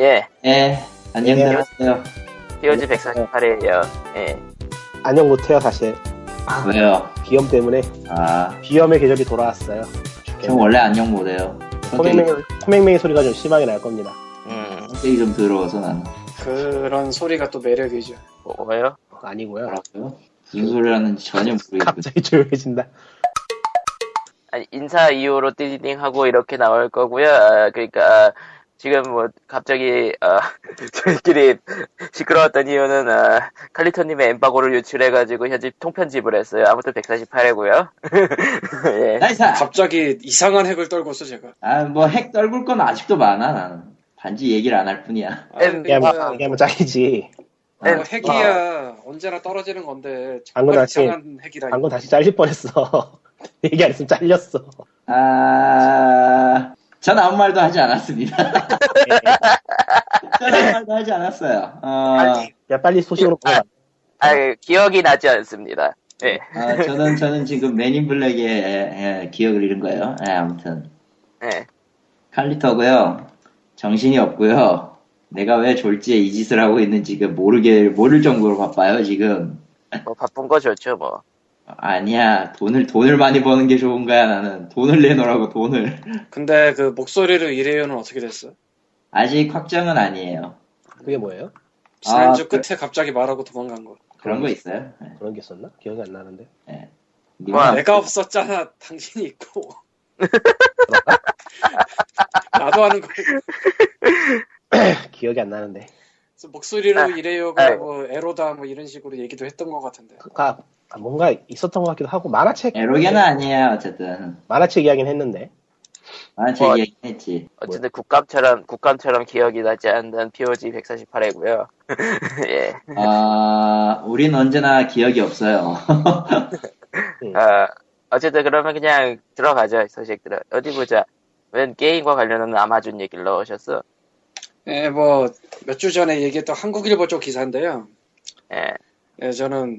예, 예, 안녕들 예. 하세요. POG 148회에요. 예. 안녕 못해요 사실 왜요? 비염 때문에 아, 비염의 계절이 돌아왔어요 전 원래 안녕 못해요. 코맹맹이, 성격이, 코맹맹이 소리가 좀 심하게 날 겁니다 음, 성격이 좀 더러워서 나는. 그런 소리가 또 매력이죠. 뭐예요? 어, 아니고요 뭐라고요? 무슨 소리 하는지 전혀 모르겠는데. 갑자기 조용해진다 아니, 인사 이후로 띠딩 하고 이렇게 나올 거고요. 아, 그러니까 아, 지금 뭐 갑자기 아, 저희끼리 시끄러웠던 이유는 아, 칼리토님의 엠바고를 유출해가지고 현재 통편집을 했어요. 아무튼 148회고요. 예. 나이사! 갑자기 이상한 핵을 떨고서 제가. 아, 뭐 핵 떨굴 건 아직도 많아, 나는. 단지 얘기를 안 할 뿐이야. 아, 엠, 그냥 그냥 막 얘기하면 짝이지 뭐 엠, 핵이야 언제나 떨어지는 건데 방금 정말 다시- 이상한 핵이라니. 방금 다시 잘릴 뻔했어 얘기 안 했으면 잘렸어 아, 전 아무 말도 하지 않았습니다. 전 아무 말도 하지 않았어요. 어, 야 빨리 소식으로 아, 그러니까. 돌아가 아, 예, 기억이 나지 않습니다. 예. 어, 저는, 저는 지금 맨인 블랙의 예, 예, 기억을 잃은 거예요. 예, 아무튼. 예. 칼리터고요. 정신이 없고요. 내가 왜 졸지에 이 짓을 하고 있는지 그 모르게 모를 정도로 바빠요 지금. 뭐 바쁜 거 좋죠, 뭐. 아니야 돈을 돈을 많이 버는 게 좋은 거야 나는 돈을 내놓으라고 돈을 근데 그 목소리로 이래요는 어떻게 됐어? 아직 확정은 아니에요. 그게 뭐예요? 지난주 아, 그- 끝에 갑자기 말하고 도망간 거. 그런 거 있어요. 예. 그런 게 있었나? 기억이 안 나는데 니- 와. 아, 내가 없었잖아. 당신이 있고. 나도 하는 거. 기억이 안 나는데 그래서 목소리로 아, 이래요가 아. 뭐 에로다 뭐 이런 식으로 얘기도 했던 것 같은데. 그니까 그러니까 아, 뭔가 있었던 것 같기도 하고 만화책 예, 예. 에로게는 아니에요 어쨌든 만화책 이야기는 했는데 아 뭐, 제 얘기했지. 어쨌든 국감처럼, 국감처럼 기억이 나지 않는 POG 148회고요. 예. 아 우린 언제나 기억이 없어요. 네. 어, 어쨌든 그러면 그냥 들어가죠 소식들은 어디 보자 웬 게임과 관련한 아마존 얘기를 넣으셨어 예, 뭐 몇 주 전에 얘기했던 한국일보 쪽 기사인데요. 예. 예, 저는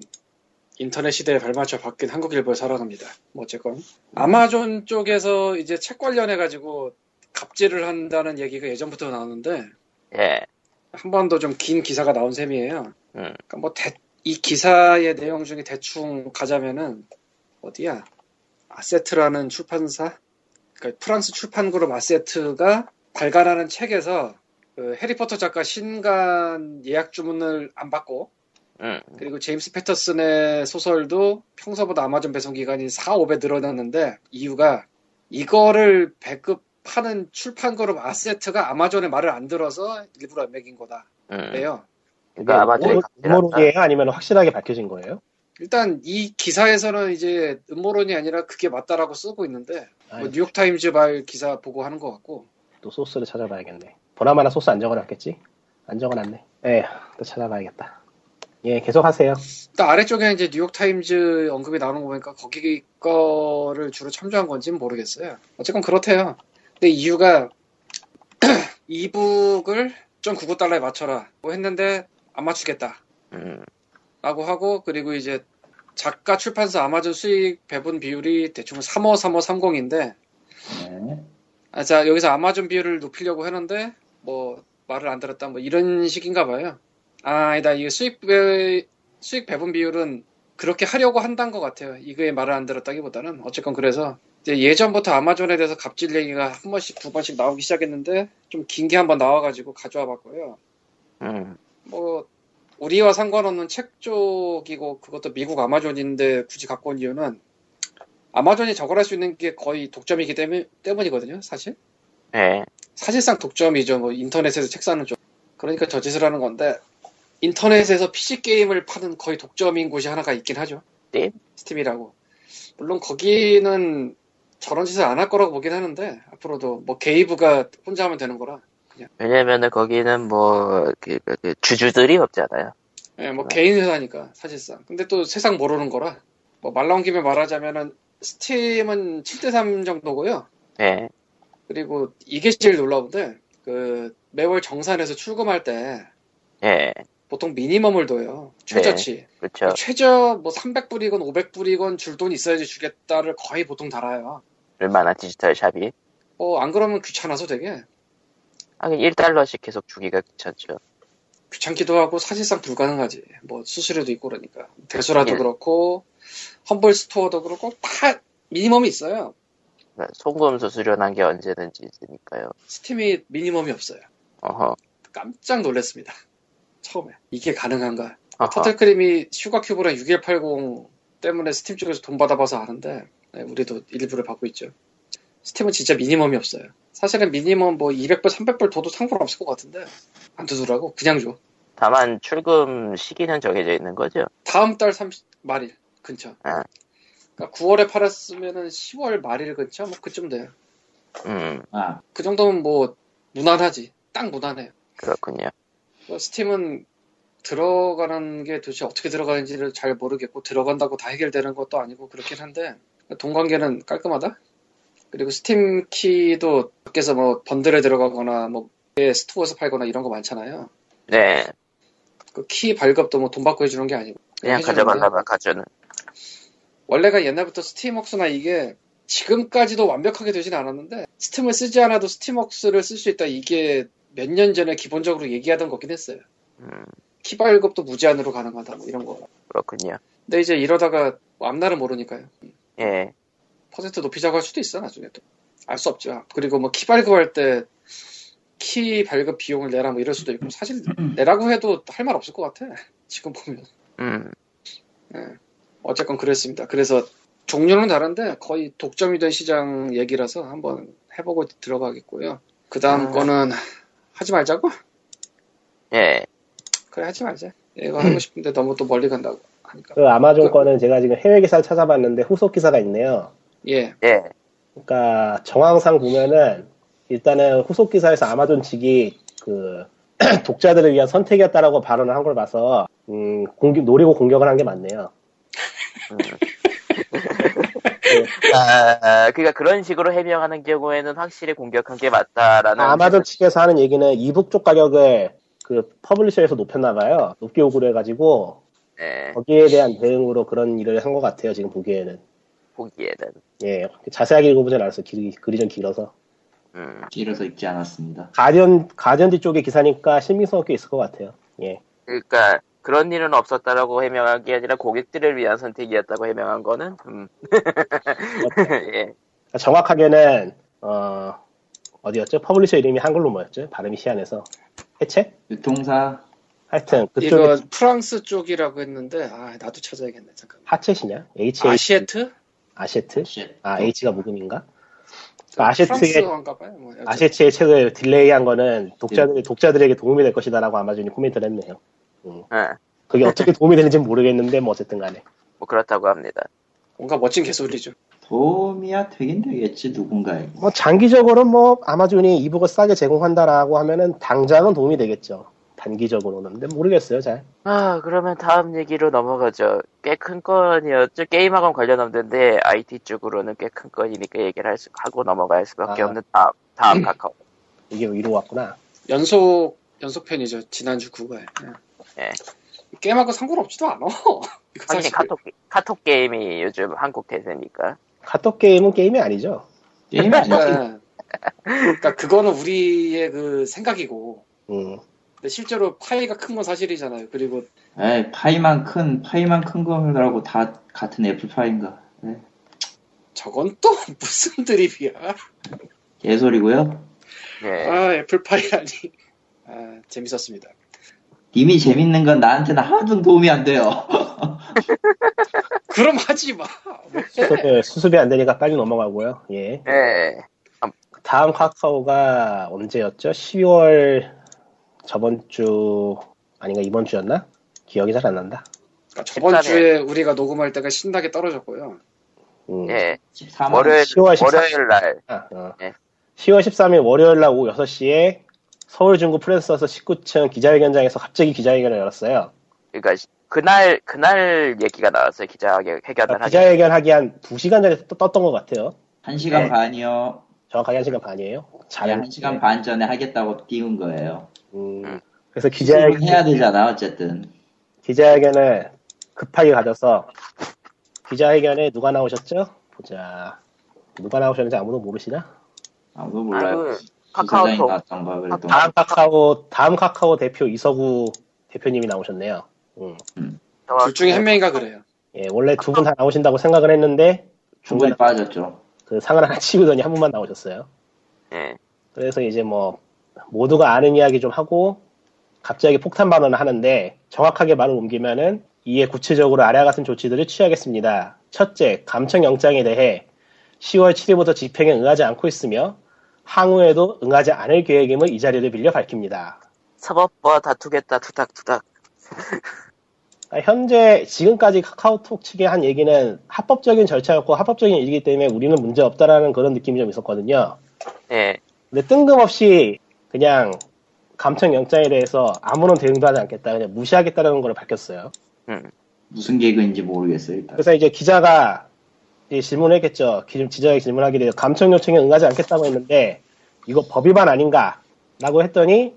인터넷 시대에 발맞춰 바뀐 한국일보에 살아갑니다. 뭐 어쨌건 아마존 쪽에서 이제 책 관련해 가지고 갑질을 한다는 얘기가 예전부터 나오는데 예. 한 번 더 좀 긴 기사가 나온 셈이에요. 음. 그러니까 뭐 이 기사의 내용 중에 대충 가자면은 어디야? 아세트라는 출판사, 그러니까 프랑스 출판 그룹 아세트가 발간하는 책에서 그 해리포터 작가 신간 예약 주문을 안 받고 음. 그리고 제임스 패터슨의 소설도 평소보다 아마존 배송 기간이 4, 5배 늘어났는데 이유가 이거를 배급하는 출판 그룹 아세트가 아마존의 말을 안 들어서 일부러 안 매긴 거다. 네. 음. 그래요. 네, 그러니까 아마존이 음모- 갑질한다 음모론이에요? 아니면 확실하게 밝혀진 거예요? 일단 이 기사에서는 이제 음모론이 아니라 그게 맞다라고 쓰고 있는데 뭐 아이고. 뉴욕타임즈 발 기사 보고 하는 것 같고 또 소스를 찾아봐야겠네. 보나마나 소스 안 적어놨겠지? 안 적어놨네. 예, 또 찾아봐야겠다. 예, 계속 하세요. 일단 아래쪽에 이제 뉴욕타임즈 언급이 나오는 거 보니까 거기 거를 주로 참조한 건지는 모르겠어요. 어쨌건 그렇대요. 근데 이유가 이북을 1.99달러에 맞춰라 뭐 했는데 안 맞추겠다. 음. 라고 하고 그리고 이제 작가 출판사 아마존 수익 배분 비율이 대충 353530인데 네. 아, 자 여기서 아마존 비율을 높이려고 했는데 뭐 말을 안 들었다 뭐 이런 식인가 봐요. 아, 아니다 이 수익 배 수익 배분 비율은 그렇게 하려고 한단 것 같아요. 이거에 말을 안 들었다기보다는 어쨌건 그래서 이제 예전부터 아마존에 대해서 갑질 얘기가 한 번씩 두 번씩 나오기 시작했는데 좀 긴 게 한 번 나와가지고 가져와 봤고요. 음. 뭐 우리와 상관없는 책 쪽이고 그것도 미국 아마존인데 굳이 갖고 온 이유는 아마존이 저걸 할 수 있는 게 거의 독점이기 때문- 때문이거든요 사실 예. 사실상 독점이죠 뭐 인터넷에서 책 사는 쪽 그러니까 저 짓을 하는 건데 인터넷에서 PC 게임을 파는 거의 독점인 곳이 하나가 있긴 하죠 네. 스팀이라고 물론 거기는 저런 짓을 안 할 거라고 보긴 하는데 앞으로도 뭐 게이브가 혼자 하면 되는 거라 왜냐면은 거기는 뭐 그, 그, 그 주주들이 없잖아요 예, 뭐 개인 회사니까 사실상. 근데 또 세상 모르는 거라. 뭐 말 나온 김에 말하자면은 스팀은 7대3 정도고요. 예. 그리고 이게 제일 놀라운데 그 매월 정산해서 출금할 때 예. 그렇죠. 보통 미니멈을 둬요. 최저치. 그쵸 최저 뭐 300불이건 500불이건 줄 돈이 있어야지 주겠다를 거의 보통 달아요. 어, 얼마나 디지털 샵이 뭐 안 그러면 귀찮아서 되게. 하긴 1달러씩 계속 주기가 귀찮죠. 귀찮기도 하고 사실상 불가능하지. 뭐 수수료도 있고 그러니까 대수라도 예. 그렇고 험벌 스토어도 그렇고 다 미니멈이 있어요. 그러니까 송금 수수료난 게 언제든지 있으니까요. 스팀이 미니멈이 없어요. 어허. 깜짝 놀랐습니다. 처음에 이게 가능한가? 어허. 터틀크림이 슈가 큐브랑 6180 때문에 스팀 쪽에서 돈 받아봐서 아는데 네, 우리도 일부를 받고 있죠. 스팀은 진짜 미니멈이 없어요. 사실은 미니멈 뭐 200불, 300불 둬도 상관없을 것 같은데 안 두더라고. 그냥 줘. 다만 출금 시기는 정해져 있는 거죠. 다음 달 30, 말일 근처. 아. 그러니까 9월에 팔았으면은 10월 말일 근처 뭐 그쯤 돼요. 음, 아, 그 정도면 뭐 무난하지. 딱 무난해요. 그렇군요. 그러니까 스팀은 들어가는 게 도대체 어떻게 들어가는지를 잘 모르겠고 들어간다고 다 해결되는 것도 아니고 그렇긴 한데 돈 관계는 깔끔하다. 그리고 스팀 키도 밖에서 뭐 번들에 들어가거나 뭐 스토어에서 팔거나 이런 거 많잖아요. 네, 그 키 발급도 뭐 돈 받고 해주는 게 아니고 그냥 해주는데. 가져가다가 가져는. 원래가 옛날부터 스팀웍스나 이게 지금까지도 완벽하게 되진 않았는데 스팀을 쓰지 않아도 스팀웍스를 쓸 수 있다 이게 몇 년 전에 기본적으로 얘기하던 거긴 했어요. 음, 키 발급도 무제한으로 가능하다 뭐 이런 거. 그렇군요. 근데 이제 이러다가 뭐 앞날은 모르니까요. 예, 퍼센트 높이자고 할 수도 있어 나중에 또. 알 수 없죠. 그리고 뭐 키 발급할 때 키 발급 비용을 내라 뭐 이럴 수도 있고 사실 음. 내라고 해도 할 말 없을 것 같아. 지금 보면. 음, 어쨌건 그랬습니다. 그래서 종류는 다른데 거의 독점이 된 시장 얘기라서 한번 해보고 들어가겠고요. 그 다음 아. 거는 하지 말자고? 예, 그래 하지 말자. 이거 음. 하고 싶은데 너무 또 멀리 간다고 하니까. 그 아마존 그- 거는 제가 지금 해외 기사를 찾아봤는데 후속 기사가 있네요. 예. 예, 그러니까 정황상 보면은 일단은 후속 기사에서 아마존 측이 그 독자들을 위한 선택이었다라고 발언을 한 걸 봐서 음, 공격- 노리고 공격을 한 게 맞네요. 음. 아, 그러니까 그런 식으로 해명하는 경우에는 확실히 공격한 게 맞다라는. 아마존 측에서 하는 얘기는 이북 쪽 가격을 그 퍼블리셔에서 높였나 봐요. 높게 요구를 해가지고 예, 거기에 대한 대응으로 그런 일을 한 것 같아요. 지금 보기에는 보기에는. 예 자세하게 읽어보진 않았어요. 길- 글이 좀 길어서 음, 길어서 읽지 않았습니다. 가디언 가디언지 쪽의 기사니까 신빙성 꽤 있을 것 같아요. 예. 그러니까 그런 일은 없었다라고 해명한 게 아니라 고객들을 위한 선택이었다고 해명한 거는. 음. 예, 그러니까 정확하게는 어 어디였죠? 퍼블리셔 이름이 한글로 뭐였죠? 발음이 희한해서 해체? 유통사 하여튼 그쪽에 이거 프랑스 쪽이라고 했는데 아 나도 찾아야겠네 잠깐. 하체시냐? H A 아시에트? 어. 아세트? 쉣. 아 H가 무금인가? 그러니까 프랑스 아세트의 건가 봐요. 뭐 여튼. 아세트의 책을 딜레이한 거는 예. 독자들 독자들에게 도움이 될 것이다라고 아마존이 코멘트를 했네요. 아, 그게 어떻게 도움이 되는지 는 모르겠는데 뭐 어쨌든간에 뭐 그렇다고 합니다. 뭔가 멋진 개소리죠. 도움이야 되긴 되겠지 누군가에게. 뭐 장기적으로 뭐 아마존이 이북을 싸게 제공한다라고 하면은 당장은 도움이 되겠죠. 단기적으로는 근데 모르겠어요 잘. 아, 그러면 다음 얘기로 넘어가죠. 꽤 큰 건이었죠. 게임하고는 관련 없는데, IT 쪽으로는 꽤 큰 건이니까 얘기를 할 수, 하고 넘어갈 수밖에 아. 없는 다음, 다음 카카오. 이게 위로 왔구나. 연속 연속 편이죠. 지난주 9회. 예. 게임하고 상관없지도 않아. 이거 확실히 사실. 카톡, 카톡 게임이 요즘 한국 대세니까. 카톡 게임은 게임이 아니죠. 게임 아니야. 네. 그러니까 그거는 우리의 그 생각이고 음. 근데 실제로 파이가 큰 건 사실이잖아요. 그리고 네. 에이 파이만 큰 파이만 큰 거라고 다 같은 애플 파인가? 이 저건 또 무슨 드립이야? 개소리고요. 예. 아 애플 파이라니. 아 재밌었습니다. 님이 재밌는 건 나한테는 하나도 도움이 안 돼요. 그럼 하지 마. 뭐, 수습이, 수습이 안 되니까 빨리 넘어가고요. 예. 예. 다음 카카오가 언제였죠? 10월 저번 주 아닌가 이번 주였나? 기억이 잘 안 난다. 그러니까 집단에. 저번 주에 우리가 녹음할 때가 신나게 떨어졌고요. 음. 예. 14만 월요일, 10월 14일. 월요일 날. 아, 어. 예. 10월 13일 월요일 날 오후 6시에 서울 중구 프랜서스 19층 기자회견장에서 갑자기 기자회견을 열었어요. 그니까, 그러니까 그날, 그날 얘기가 나왔어요. 기자회견을 그러니까 하기. 기자회견 하기 한 2시간 전에 또 떴던 것 같아요. 1시간 네. 반이요. 정확하게 1시간 반이에요. 잘 아니, 네, 1시간 반 전에 하겠다고 띄운 거예요. 음. 음. 그래서 기자회견 기자회견 해야 되잖아 어쨌든. 기자회견을 급하게 가져서 기자회견에 누가 나오셨죠? 보자. 누가 나오셨는지 아무도 모르시나? 아무도 아, 몰라요. 그, 부사장이 카카오톡. 봤던 거 그랬던 아, 다음 카카오 다음 카카오 대표 이서구 대표님이 나오셨네요. 음. 둘 중에 한 명인가 그래요. 예, 원래 두 분 다 나오신다고 생각을 했는데 충분히 중간에 빠졌죠. 그 상을 하나 치우더니 한 분만 나오셨어요. 예. 그래서 이제 뭐 모두가 아는 이야기 좀 하고 갑자기 폭탄 발언을 하는데 정확하게 말을 옮기면은 이에 구체적으로 아래와 같은 조치들을 취하겠습니다. 첫째, 감청 영장에 대해 10월 7일부터 집행에 응하지 않고 있으며 향후에도 응하지 않을 계획임을 이 자리를 빌려 밝힙니다. 사법부와 다투겠다 투닥투닥. 아, 현재 지금까지 카카오톡 측의 한 얘기는 합법적인 절차였고 합법적인 일이기 때문에 우리는 문제 없다라는 그런 느낌이 좀 있었거든요. 예. 근데 뜬금없이 그냥 감청 영장에 대해서 아무런 대응도 하지 않겠다, 그냥 무시하겠다라는 걸 밝혔어요. 음. 무슨 개그인지 모르겠어요 일단. 그래서 이제 기자가 이제 질문했겠죠. 기- 기자에게 질문하게 돼요. 감청 요청에 응하지 않겠다고 했는데 이거 법 위반 아닌가? 라고 했더니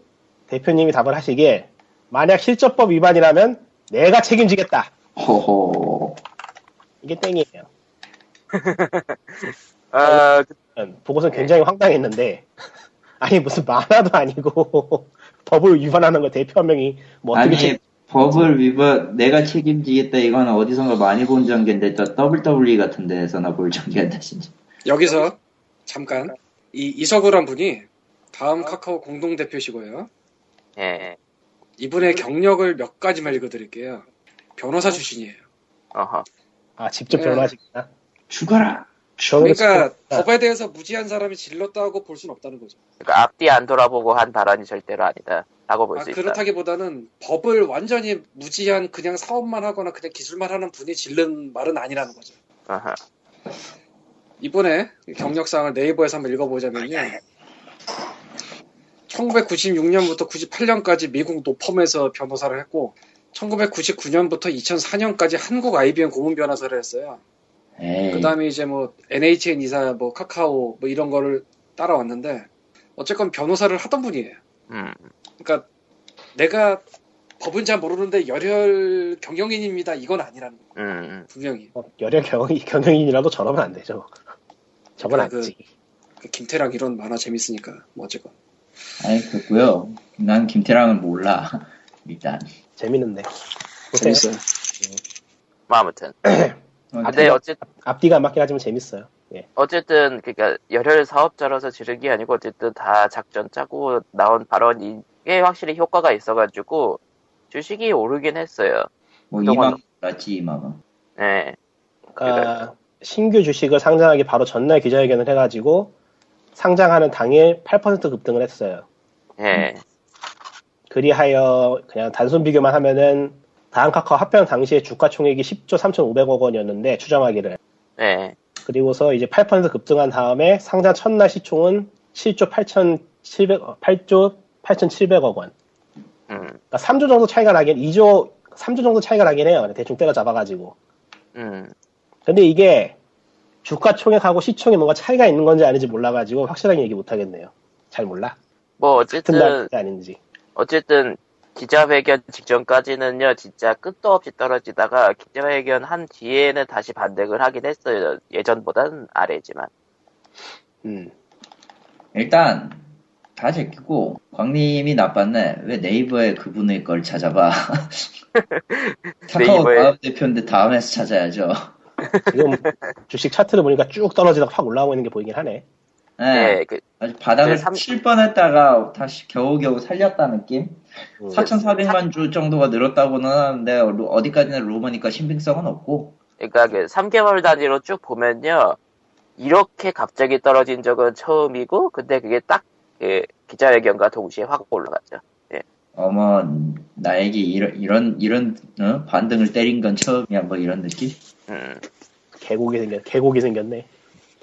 대표님이 답을 하시길 만약 실적법 위반이라면 내가 책임지겠다. 네. 허허. 이게 땡이에요. 아, 그- 보고서 네. 굉장히 황당했는데 아니 무슨 만화도 아니고 법을 위반하는 걸 대표 한 명이 뭐 어떻게 아니 책- 법을 위반 내가 책임지겠다 이건 어디선가 많이 본 전개인데 저 WWE 같은 데서나 볼 전개한다 진짜. 여기서 잠깐 이 이석우란 분이 다음 카카오 공동 대표시고요. 예. 이분의 경력을 몇 가지만 읽어드릴게요. 변호사 출신이에요. 어허. 아 직접 그 네. 변호하시구나. 죽어라. 그러니까 법에 대해서 무지한 사람이 질렀다고 볼 순 없다는 거죠. 그러니까 앞뒤 안 돌아보고 한 발언이 절대로 아니다. 라고 볼 아, 수 있다. 그렇다기보다는 법을 완전히 무지한 그냥 사업만 하거나 그냥 기술만 하는 분이 질른 말은 아니라는 거죠. 어허. 이번에 경력사항을 네이버에서 한번 읽어보자면요. 1996년부터 98년까지 미국 노펌에서 변호사를 했고 1999년부터 2004년까지 한국 IBM 고문 변호사를 했어요. 에이. 그 다음에 이제 뭐 NHN 이사 뭐 카카오 뭐 이런 거를 따라왔는데 어쨌건 변호사를 하던 분이에요. 음. 그러니까 내가 법은 잘 모르는데 열혈 경영인입니다. 이건 아니라는 거예요. 음. 분명히. 열혈 경영이, 경영인이라도 저러면 안 되죠. 저건 아, 그- 아니지. 그 김태랑 이런 만화 재밌으니까 뭐 어쨌건. 아니 그렇고요. 난 김태랑은 몰라. 일단. 재밌는데. 보세요. 재밌어요. 뭐 아무튼. 근데 네. 어쨌, 앞뒤가 안 맞긴 하지만 재밌어요. 예. 어쨌든, 그니까, 열혈 사업자라서 지른 게 아니고, 어쨌든 다 작전 짜고 나온 발언이, 꽤 확실히 효과가 있어가지고, 주식이 오르긴 했어요. 뭐 그동안- 이만 났지 이만은. 예. 그러니까 신규 주식을 상장하기 바로 전날 기자회견을 해가지고 상장하는 당일 8% 급등을 했어요. 예. 그리하여 그냥 단순 비교만 하면은 다음 카카오 합병 당시에 주가 총액이 10조 3,500억 원이었는데 추정하기를 예. 그리고서 이제 8% 급등한 다음에 상장 첫날 시총은 7조 8,700 8조 8,700억 원. 음. 그러니까 3조 정도 차이가 나긴 2조 3조 정도 차이가 나긴 해요. 대충 때려 잡아가지고. 음. 근데 이게 주가 총액하고 시총에 뭔가 차이가 있는 건지 아닌지 몰라가지고 확실하게 얘기 못 하겠네요. 잘 몰라. 뭐, 같은 어쨌든, 날인지 아닌지. 어쨌든 기자회견 직전까지는요 진짜 끝도 없이 떨어지다가 기자회견 한 뒤에는 다시 반등을 하긴 했어요 예전보단 아래지만 음. 일단 다 제끼고 광님이 나빴네. 왜 네이버에 그분의 걸 찾아봐. 카카오 네이버에- 다음 대표인데 다음에서 찾아야죠. 지금 주식 차트를 보니까 쭉 떨어지다가 확 올라오고 있는 게 보이긴 하네. 네. 예, 그, 아주 바닥을 네, 삼- 칠 뻔했다가 다시 겨우겨우 살렸다는 느낌? 음. 4,400만 주 정도가 늘었다고는 하는데 루- 어디까지나 루머니까 신빙성은 없고 그러니까 그 3개월 단위로 쭉 보면요 이렇게 갑자기 떨어진 적은 처음이고 근데 그게 딱 예, 기자회견과 동시에 확 올라갔죠 어머 뭐, 나에게 이런 이런 이런 어? 반등을 때린 건 처음이야 뭐 이런 느낌? 음. 계곡이 생겼, 계곡이 생겼네.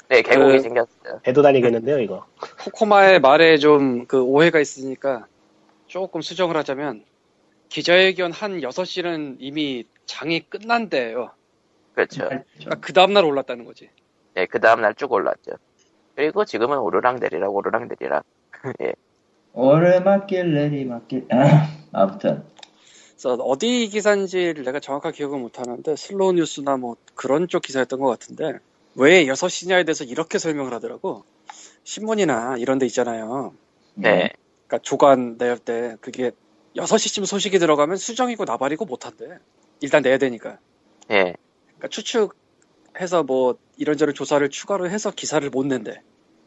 네 계곡이 그- 생겼어요 배도 다니겠는데요, 이거. 코코마의 말에 좀 그 오해가 있으니까 조금 수정을 하자면 기자회견 한 6시는 이미 장이 끝난 데예요. 그렇죠 그러니까 그 다음날 올랐다는 거지. 네, 그 다음날 쭉 올랐죠 그리고 지금은 오르락내리락 오르락내리락 오르막길 내리막길 아, 아무튼 그래서 어디 기사인지 내가 정확한 기억은 못하는데 슬로우 뉴스나 뭐 그런 쪽 기사였던 것 같은데 왜 6시냐에 대해서 이렇게 설명을 하더라고 신문이나 이런 데 있잖아요. 음. 네. 그러니까 조간 내일 때 그게 6시쯤 소식이 들어가면 수정이고 나발이고 못한대. 일단 내야 되니까. 예. 그러니까 추측해서 뭐 이런저런 조사를 추가로 해서 기사를 못 낸대.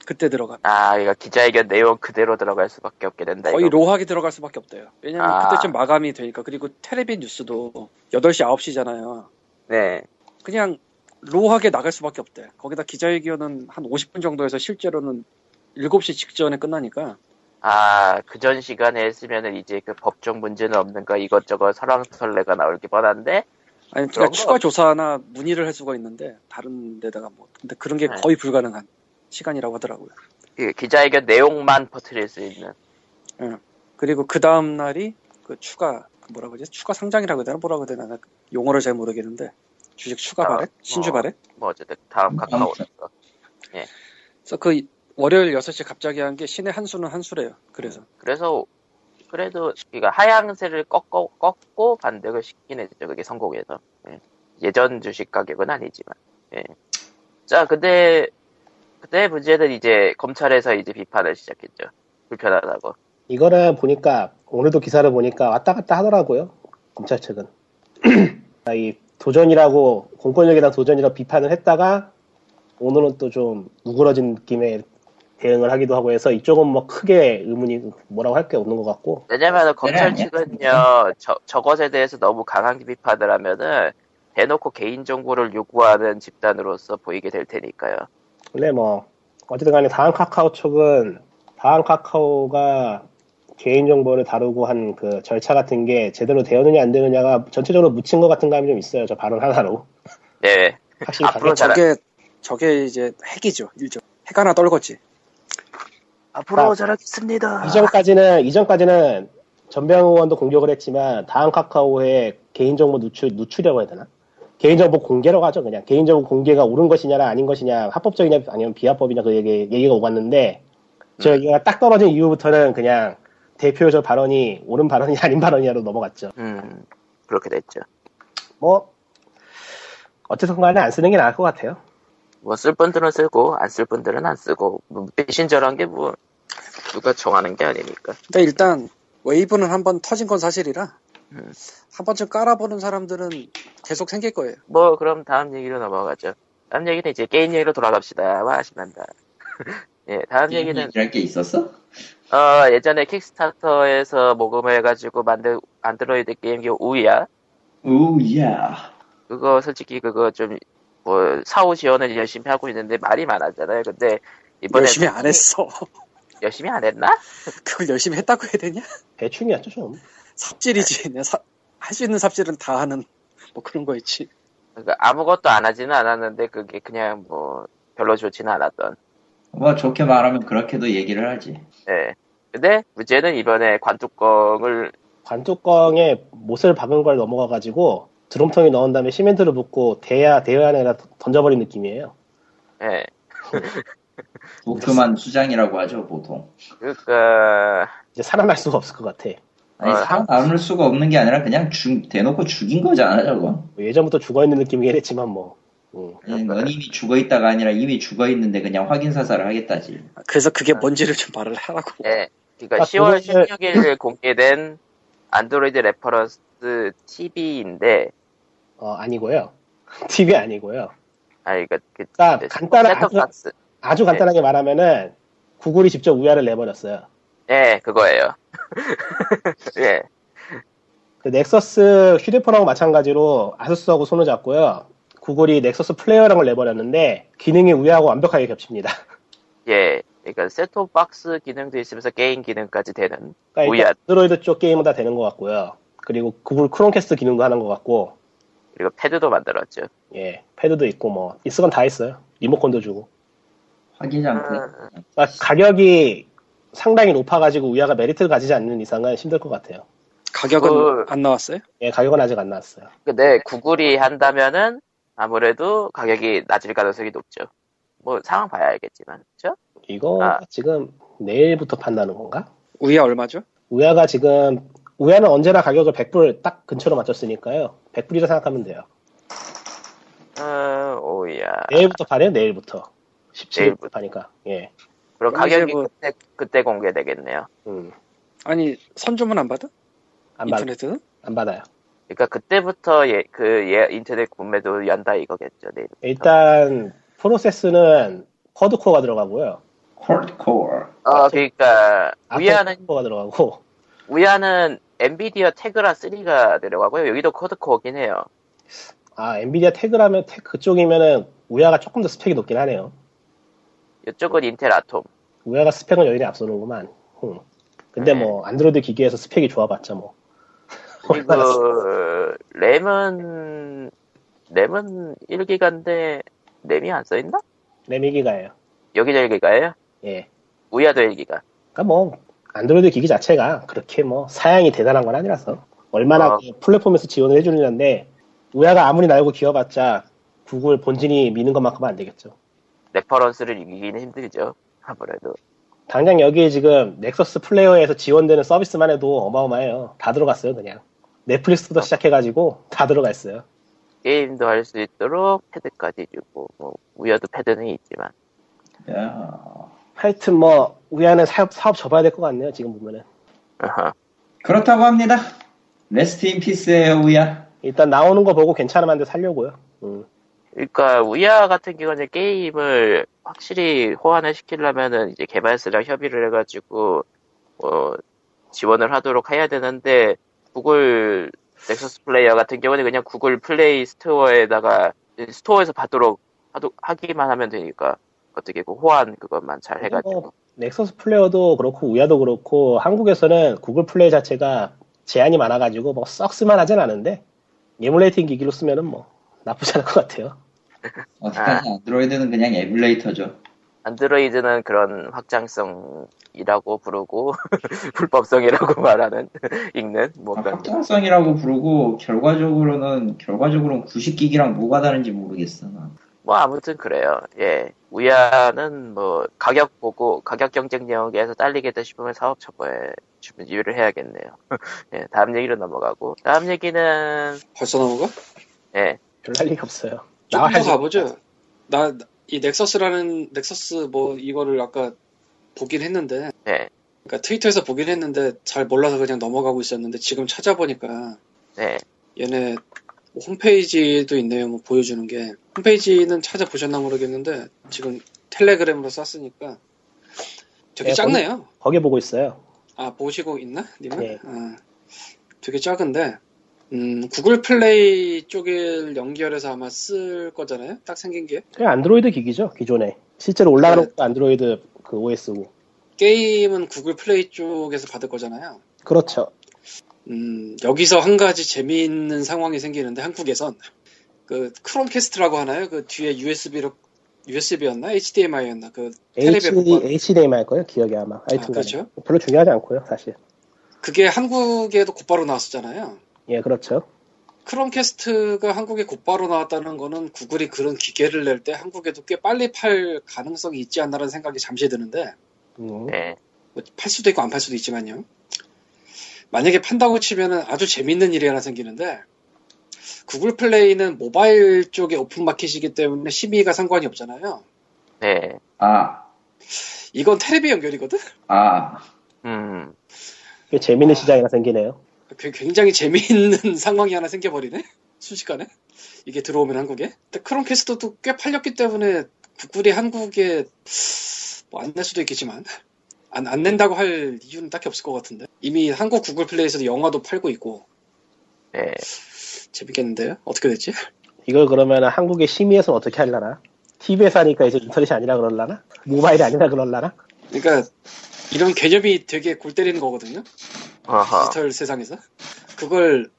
그때 들어가. 아, 이거 기자회견 내용 그대로 들어갈 수밖에 없게 된다. 거의 네, 이거. 로하게 들어갈 수밖에 없대요. 왜냐면 아. 그때쯤 마감이 되니까. 그리고 텔레비 뉴스도 8시, 9시잖아요. 네. 그냥 로하게 나갈 수밖에 없대. 거기다 기자회견은 한 50분 정도에서 실제로는 7시 직전에 끝나니까. 아, 그 전 시간에 했으면은 이제 그 법적 문제는 없는가 이것저것 설왕설래가 나올 게 뻔한데, 아니, 그런 그러니까 거 추가 조사나 문의를 할 수가 있는데, 다른 데다가 뭐. 근데 그런 게 네. 거의 불가능한 시간이라고 하더라고요. 그 기자회견 내용만 퍼뜨릴 수 있는. 그리고 그 다음 날이 그 추가 그 뭐라고 그러지 추가 상장이라고 해야 되나 뭐라고 해야 되나 나 용어를 잘 모르겠는데 주식 추가 아, 발행 신주 어. 발행 뭐 어쨌든 다음 카카오에서. 그래서 그 월요일 6시 갑자기 한 게 신의 한 수는 한 수래요 그래서 음, 그래서, 그래도, 그니까 하향세를 꺾고, 꺾고 반등을 시킨 애죠. 그게 성공해서. 예. 예전 주식 가격은 아니지만. 예. 자, 근데, 그때 문제는 이제 검찰에서 이제 비판을 시작했죠. 불편하다고. 이거는 보니까 오늘도 기사를 보니까 왔다 갔다 하더라고요. 검찰 측은 이 도전이라고 공권력에 대한 도전이라고 비판을 했다가 오늘은 또 좀 우그러진 느낌의 대응을 하기도 하고 해서 이쪽은 뭐 크게 의문이 뭐라고 할 게 없는 것 같고 왜냐면 검찰 아니야? 측은요 저, 저것에 대해서 너무 강한 비판을 하면은 대놓고 개인정보를 요구하는 집단으로서 보이게 될 테니까요. 근데 뭐 어쨌든 간에 다음 카카오 측은 다음 카카오가 개인정보를 다루고 한 그 절차 같은 게 제대로 되었느냐 안 되느냐가 전체적으로 묻힌 것 같은 감이 좀 있어요 저 발언 하나로 네, 확실히 앞으로 가장- 저게 저게 이제 핵이죠 일종 핵 하나 떨궜지 앞으로 아, 잘하겠습니다. 이전까지는 이전까지는 전병 의원도 공격을 했지만 다음 카카오의 개인정보 누출 누출이라고 해야 되나? 개인정보 공개라고 하죠 그냥 개인정보 공개가 옳은 것이냐나 아닌 것이냐 합법적이냐 아니면 비합법이냐 그 얘기, 얘기가 오갔는데 저 얘기가 딱 떨어진 이후부터는 그냥 대표의 저 발언이 옳은 발언이 아닌 발언이냐로 넘어갔죠 음, 그렇게 됐죠. 뭐 어쨌든 간에 안 쓰는 게 나을 것 같아요 뭐 쓸 분들은 쓰고 안 쓸 분들은 안 쓰고 뭐 메신저란 게 뭐 누가 정하는 게 아니니까. 근데 일단 웨이브는 한 번 터진 건 사실이라 음. 한 번쯤 깔아보는 사람들은 계속 생길 거예요 뭐 그럼 다음 얘기로 넘어가죠. 다음 얘기는 이제 게임 얘기로 돌아갑시다. 와 신난다. 예, 다음 얘기는 얘기는 얘기할 게 있었어? 어, 예전에 킥스타터에서 모금해가지고 만든 안드로이드 게임기 그 우야. 오야. 그거 솔직히 그거 좀, 뭐, 사후 지원을 열심히 하고 있는데 말이 많았잖아요. 근데 이번에. 열심히 안 했어 열심히 안 했나? 그걸 열심히 했다고 해야 되냐 대충이었죠 좀 삽질이지 할 수 있는 삽질은 다 하는 뭐 그런 거 있지 그러니까 아무것도 안 하지는 않았는데 그게 그냥 뭐, 별로 좋지는 않았던. 뭐 좋게 말하면 그렇게도 얘기를 하지. 예. 근데 문제는 이번에 관뚜껑을, 관뚜껑에 못을 박은 걸 넘어가가지고 드럼통에 넣은 다음에 시멘트를 붓고 대야 대야 안에다 던져버린 느낌이에요. 예. 도쿄만 수장이라고 하죠 보통. 그, 그니까, 이제 살아날 수가 없을 것 같아. 아니 어. 살아남을 수가 없는 게 아니라 그냥 죽 대놓고 죽인 거잖아 저거. 뭐 예전부터 죽어 있는 느낌이긴 했지만 뭐. 음. 그냥 넌 이미 죽어 있다가 아니라 이미 죽어 있는데 그냥 확인 사살을 하겠다지. 그래서 그게 네. 뭔지를 좀 말을 하라고. 예. 그니까 아, 10월 그거는- 16일 공개된 안드로이드 레퍼런스 TV인데, 어, 아니고요. TV 아니고요. 아, 이거, 그, 그러니까 간단한 아주, 셋톱박스. 아주 간단하게 말하면은 구글이 직접 우야를 내버렸어요. 예, 그거예요. 예, 그 넥서스 휴대폰하고 마찬가지로 아수스하고 손을 잡고요. 구글이 넥서스 플레이어라는 걸 내버렸는데 기능이 우야하고 완벽하게 겹칩니다. 예. 그러니까 셋톱 박스 기능도 있으면서 게임 기능까지 되는. 그러니까 우야. 일단 안드로이드 쪽 게임은 다 되는 것 같고요. 그리고 구글 크롬캐스트 기능도 하는 것 같고 그리고 패드도 만들었죠. 예, 패드도 있고 뭐 있을 건 다 있어요. 리모컨도 주고. 아, 확인장크. 그러니까 가격이 상당히 높아가지고 우야가 메리트를 가지지 않는 이상은 힘들 것 같아요. 가격은 그- 안 나왔어요? 예, 가격은 아직 안 나왔어요. 근데 구글이 한다면은 아무래도 가격이 낮을 가능성이 높죠. 뭐 상황 봐야 알겠지만, 그렇죠? 이거 아. 지금 내일부터 판다는 건가? 우야 얼마죠? 우야가 지금 우야는 언제나 가격을 100불 딱 근처로 맞췄으니까요. 100불이라 생각하면 돼요. 어, 오야. 내일부터 팔아요. 내일부터. 17일부터 내일부터. 파니까. 예. 그럼 그럼 이제 가격이 뭐- 그때, 그때 공개되겠네요. 음, 아니 선주문 안 받아? 안, 받, 인터넷은? 안 받아요. 그러니까 그때부터 예, 그 예, 인터넷 구매도 연다 이거겠죠. 네. 일단 프로세스는 쿼드코어가 들어가고요. 콜드코어. 어, 그러니까 아, 우야는 쿼드코어가 들어가고 우야는 엔비디아 테그라 3가 내려가고요. 여기도 코드코어긴 해요. 아 엔비디아 태그라면 태 그쪽이면은 우야가 조금 더 스펙이 높긴 하네요. 이쪽은 인텔 아톰. 우야가 스펙은 여전히 앞서는구만. 음. 근데 네. 뭐 안드로이드 기기에서 스펙이 좋아봤자 뭐. 얼마나 스- 그리고 램은 램은 1기가인데 램이 안 써있나? 램 1기가예요. 여기도 1기가예요? 예. 우야도 1기가. 그러니까 뭐 안드로이드 기기 자체가 그렇게 뭐 사양이 대단한 건 아니라서 얼마나 아. 그 플랫폼에서 지원을 해주느냐인데 우야가 아무리 날고 기어봤자 구글 본진이 미는 것만큼은 안 되겠죠. 레퍼런스를 이기기는 힘들죠. 아무래도. 당장 여기에 지금 넥서스 플레이어에서 지원되는 서비스만 해도 어마어마해요. 다 들어갔어요 그냥. 아. 넷플릭스부터 시작해가지고 다 들어가 있어요. 게임도 할 수 있도록 패드까지 주고 뭐 우야도 패드는 있지만 야. 하여튼 뭐 우야는 사업, 사업 접어야 될 것 같네요 지금 보면은. 아하. 그렇다고 합니다. 레스트 인 피스예요, 우야. 일단 나오는 거 보고 괜찮으면 한대 살려고요. 음. 그러니까 우야 같은 경우는 이제 게임을 확실히 호환을 시키려면은 이제 개발사랑 협의를 해가지고 뭐 지원을 하도록 해야 되는데 구글 넥서스 플레이어 같은 경우는 그냥 구글 플레이 스토어에다가 스토어에서 받도록 하도, 하기만 하면 되니까 어떻게 그 호환 그것만 잘 해가지고 뭐, 넥서스 플레이어도 그렇고 우야도 그렇고 한국에서는 구글 플레이 자체가 제한이 많아가지고 뭐 썩 쓸만하진 않은데 에뮬레이팅 기기로 쓰면은 뭐 나쁘지 않을 것 같아요. 아. 어떡하지? 안드로이드는 그냥 에뮬레이터죠. 안드로이드는 그런 확장성이라고 부르고 불법성이라고 말하는 읽는 뭐 뭔가 아, 확장성이라고 부르고 결과적으로는 결과적으로는 구식기기랑 뭐가 다른지 모르겠어. 난. 뭐 아무튼 그래요. 예. 우야는 뭐 가격 보고 가격 경쟁력에서 딸리겠다 싶으면 사업 처벌에 준비를 해야겠네요. 예, 다음 얘기로 넘어가고 다음 얘기는 벌써 넘어가? 예, 별날 리가 없어요. 조금 더 나와야지. 가보죠. 나 이 넥서스라는 넥서스 뭐 이거를 아까 보긴 했는데 네. 예, 그러니까 트위터에서 보긴 했는데 잘 몰라서 그냥 넘어가고 있었는데 지금 찾아보니까 예. 얘네 홈페이지도 있네요. 뭐 보여주는 게 홈페이지는 찾아보셨나 모르겠는데 지금 텔레그램으로 쌌으니까 되게 네, 작네요. 거기 보고 있어요. 아 보시고 있나 님은? 네. 아, 되게 작은데 음, 구글 플레이 쪽을 연결해서 아마 쓸 거잖아요. 딱 생긴 게 그냥 안드로이드 기기죠 기존에 실제로 올라가는 네. 것도 안드로이드 그 OS고 게임은 구글 플레이 쪽에서 받을 거잖아요. 그렇죠. 음, 여기서 한 가지 재미있는 상황이 생기는데 한국에선 그 크롬캐스트라고 하나요? 그 뒤에 USB로 USB였나 HDMI였나 그 H, 텔레비전 HDMI 할 거예요 기억이 아마. 하여튼 간에. 그렇죠. 별로 중요하지 않고요 사실. 그게 한국에도 곧바로 나왔었잖아요. 예 그렇죠. 크롬캐스트가 한국에 곧바로 나왔다는 거는 구글이 그런 기계를 낼 때 한국에도 꽤 빨리 팔 가능성이 있지 않나라는 생각이 잠시 드는데 음. 예. 뭐팔 수도 있고 안 팔 수도 있지만요. 만약에 판다고 치면은 아주 재밌는 일이 하나 생기는데 구글 플레이는 모바일 쪽의 오픈 마켓이기 때문에 심의가 상관이 없잖아요. 네. 아, 이건 텔레비 연결이거든. 아, 음. 꽤 재밌는 아. 시장이나 생기네요. 괴- 그 굉장히 재미있는 상황이 하나 생겨버리네. 순식간에 이게 들어오면 한국에. 근데 크롬캐스트도 꽤 팔렸기 때문에 구글이 한국에 뭐 안 낼 수도 있겠지만 안, 안 낸다고 할 이유는 딱히 없을 것 같은데 이미 한국 구글 플레이에서도 영화도 팔고 있고 네. 재밌겠는데요? 어떻게 됐지? 이걸 그러면 한국의 심의에서는 어떻게 하려나? TV에서 하니까 이제 인터넷이 아니라 그럴라나? 모바일이 아니라 그럴라나? 그러니까 이런 개념이 되게 골 때리는 거거든요. 어허. 디지털 세상에서 그걸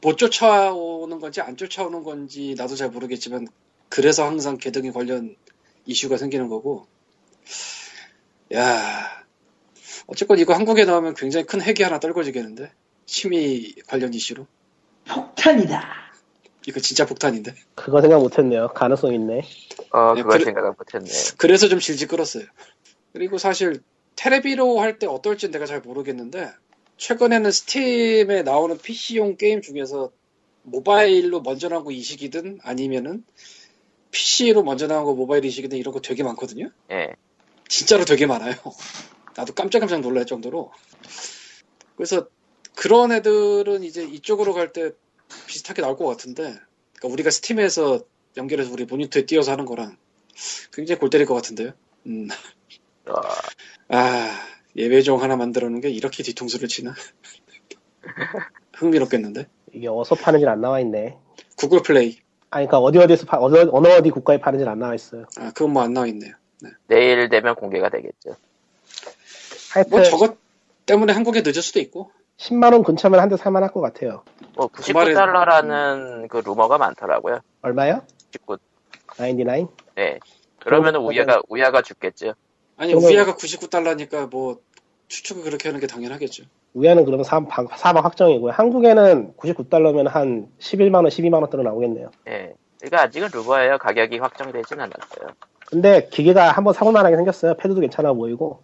못 쫓아오는 건지 안 쫓아오는 건지 나도 잘 모르겠지만 그래서 항상 개등이 관련 이슈가 생기는 거고. 야 어쨌건 이거 한국에 나오면 굉장히 큰 핵이 하나 떨궈지겠는데 심의 관련 이슈로 폭탄이다. 이거 진짜 폭탄인데 그거 생각 못했네요. 가능성 있네. 어, 네, 그걸 그래- 생각을 못했네. 그래서 좀 질질 끌었어요. 그리고 사실 테레비로 할 때 어떨지 내가 잘 모르겠는데 최근에는 스팀에 나오는 PC용 게임 중에서 모바일로 먼저 나온 거 이식이든 아니면은 PC로 먼저 나온 거 모바일 이식이든 이런 거 되게 많거든요. 예. 진짜로 되게 많아요. 나도 깜짝깜짝 놀랄 정도로. 그래서 그런 애들은 이제 이쪽으로 갈 때 비슷하게 나올 것 같은데, 그러니까 우리가 스팀에서 연결해서 우리 모니터에 띄워서 하는 거랑 굉장히 골 때릴 것 같은데요. 음. 어, 아, 예외종 하나 만들어 놓은 게 이렇게 뒤통수를 치나? 흥미롭겠는데? 이게 어디서 파는지 안 나와 있네. 구글 플레이. 아니, 그러니까 어디 어디서 파, 어느, 어느 어디 국가에 파는지 안 나와 있어요. 아, 그건 뭐 안 나와 있네요. 내일 되면 공개가 되겠죠. 하여튼 뭐 저것 때문에 한국에 늦을 수도 있고. 10만 원 근처면 한 대 살만할 것 같아요. 뭐그 말에- 99달러라는 그 루머가 많더라고요. 얼마요? 99. 99? 네. 그러면 그러면- 우야가 우야가 죽겠죠. 아니, 그러면- 우리아가 99달러니까 뭐 추측을 그렇게 하는 게 당연하겠죠. 우야는 그러면 사방 사방 확정이고요. 한국에는 99달러면 한 11만 원, 12만 원대로 나오겠네요. 예. 그러니까 아직은 루머예요. 가격이 확정되진 않았어요. 근데 기계가 한번 사고 나게 생겼어요. 패드도 괜찮아 보이고.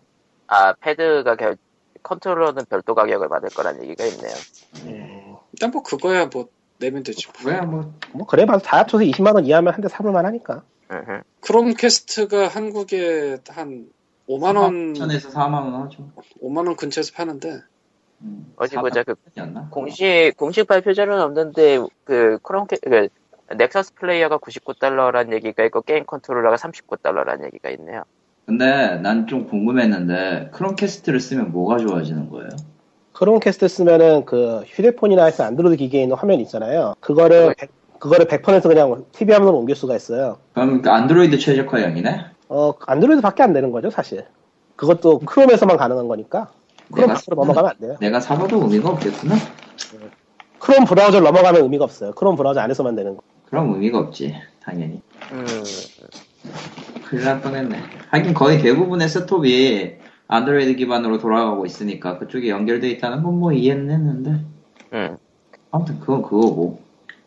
아 패드가 결- 컨트롤러는 별도 가격을 받을 거란 얘기가 있네요. 일단 뭐 그거야 뭐 내면 되죠. 뭐야 뭐 음, 뭐 그래 봐도 다 합쳐서 20만 원 이하면 한 대 사볼 만하니까. 음흠. 크롬캐스트가 한국에 한 5만 원, 3천에서 4만 원 하죠. 5만 원 근처에서 파는데 음, 어디 보자. 그 나 공식 공식 발표자로는 없는데 그 크롬 그 넥서스 플레이어가 99달러란 얘기가 있고 게임 컨트롤러가 39달러란 얘기가 있네요. 근데 난 좀 궁금했는데 크롬캐스트를 쓰면 뭐가 좋아지는 거예요? 크롬캐스트 쓰면은 그 휴대폰이나 해서 안드로이드 기계에 있는 화면 있잖아요. 그거를 100, 그거를 100%에서 그냥 TV 화면으로 옮길 수가 있어요. 그럼 그 안드로이드 최적화형이네? 어 안드로이드밖에 안 되는 거죠 사실. 그것도 크롬에서만 가능한 거니까. 크롬 내가 밖으로 넘어가면 안 돼요. 내가 사봐도 의미가 없겠구나. 크롬 브라우저를 넘어가면 의미가 없어요. 크롬 브라우저 안에서만 되는 거. 그럼 의미가 없지 당연히. 음. 큰일 날 뻔했네. 하긴 거의 대부분의 스톱이 안드로이드 기반으로 돌아가고 있으니까 그쪽에 연결돼 있다는 건 뭐 이해는 했는데 음. 아무튼 그건 그거고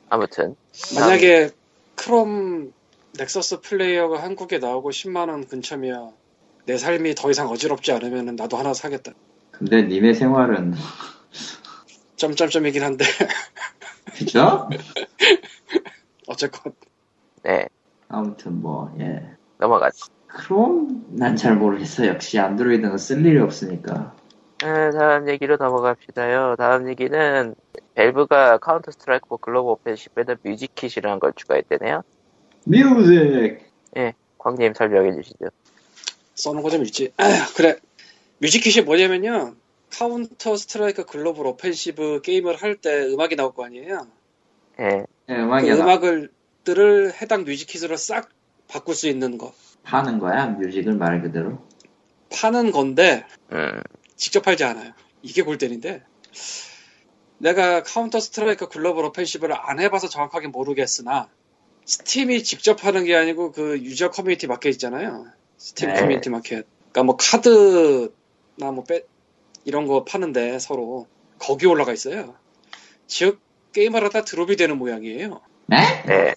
아무튼 만약에 크롬 넥서스 플레이어가 한국에 나오고 10만 원 근처면 내 삶이 더 이상 어지럽지 않으면 나도 하나 사겠다. 근데 님의 생활은 점점점이긴 한데 그죠? 어쨌건 네 아무튼 뭐예 넘어가죠. 크롬? 난 잘 모르겠어 역시 안드로이드는 쓸 일이 없으니까 네, 다음 얘기로 넘어갑시다요. 다음 얘기는 벨브가 카운터 스트라이크 뭐 글로벌 오펜십에다 뮤직킷이라는 걸 추가했대네요. 뮤직! 광님 설명해 주시죠. 써놓은 거 좀 읽지. 아휴, 그래. 뮤직킷이 뭐냐면요. 카운터 스트라이크 글로벌 오펜시브 게임을 할 때 음악이 나올 거 아니에요. 예. 예, 그 음악이 나 음악을 들을 해당 뮤직킷으로 싹 바꿀 수 있는 거 파는 거야 뮤직을 말 그대로 파는 건데 음. 직접 팔지 않아요. 이게 골때린데 내가 카운터 스트라이크 글로벌 오펜시브를 안 해봐서 정확하게 모르겠으나 스팀이 직접 하는 게 아니고 그 유저 커뮤니티 마켓 있잖아요. 스팀 네. 커뮤니티 마켓. 그러니까 뭐 카드나 뭐 빼- 이런 거 파는데 서로 거기 올라가 있어요. 즉 게임을 하다 드롭이 되는 모양이에요. 네? 네.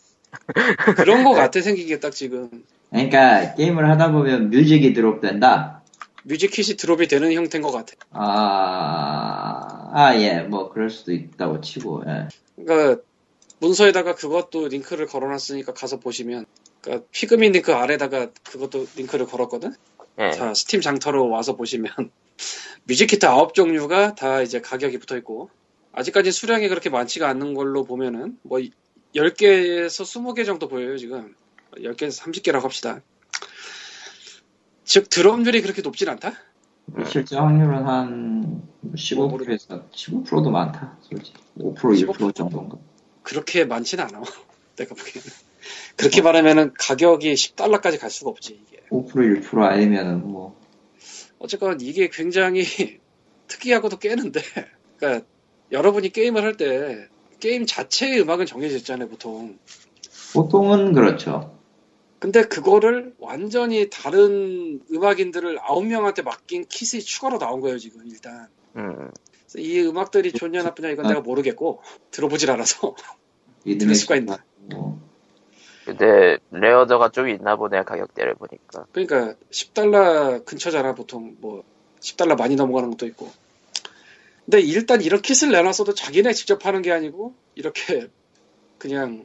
그런 거 같아 생긴 게 딱 지금 그러니까 게임을 하다 보면 뮤직이 드롭된다 뮤직킷이 드롭이 되는 형태인 것 같아. 아... 아, 예, 뭐, 그럴 수도 있다고 치고, 예. 그러니까 문서에다가 그것도 링크를 걸어놨으니까 가서 보시면 그러니까 피그민 링크 아래다가 그것도 링크를 걸었거든. 예. 자 스팀 장터로 와서 보시면 뮤직키트 9 종류가 다 이제 가격이 붙어 있고 아직까지 수량이 그렇게 많지가 않은 걸로 보면은 뭐 10개에서 20개 정도 보여요 지금 10개에서 30개라고 합시다. 즉 드럼률이 그렇게 높진 않다. 네. 실제 확률은 한 뭐 15%에서 15%도 많다, 솔직히. 5% 6% 정도인가? 그렇게 많진 않아. 내가 보기에는 그렇게 말하면은 가격이 10달러까지 갈 수가 없지 이게. 5% 6% 아니면은 뭐, 어쨌건 이게 굉장히 특이하고도 깨는데, 그러니까 여러분이 게임을 할 때 게임 자체의 음악은 정해져 있잖아요, 보통. 보통은 그렇죠. 근데 그거를 완전히 다른 음악인들을 아홉 명한테 맡긴 킷이 추가로 나온 거예요, 지금 일단. 음. 그래서 이 음악들이 좋냐 나쁘냐 이건 내가 모르겠고 들어보질 않아서 들을 리듬의 수가 있나. 뭐, 근데 레어더가 좀 있나 보네 가격대를 보니까. 그러니까 10달러 근처잖아 보통 뭐 10달러 많이 넘어가는 것도 있고 근데 일단 이런 킷을 내놨어도 자기네 직접 파는 게 아니고 이렇게 그냥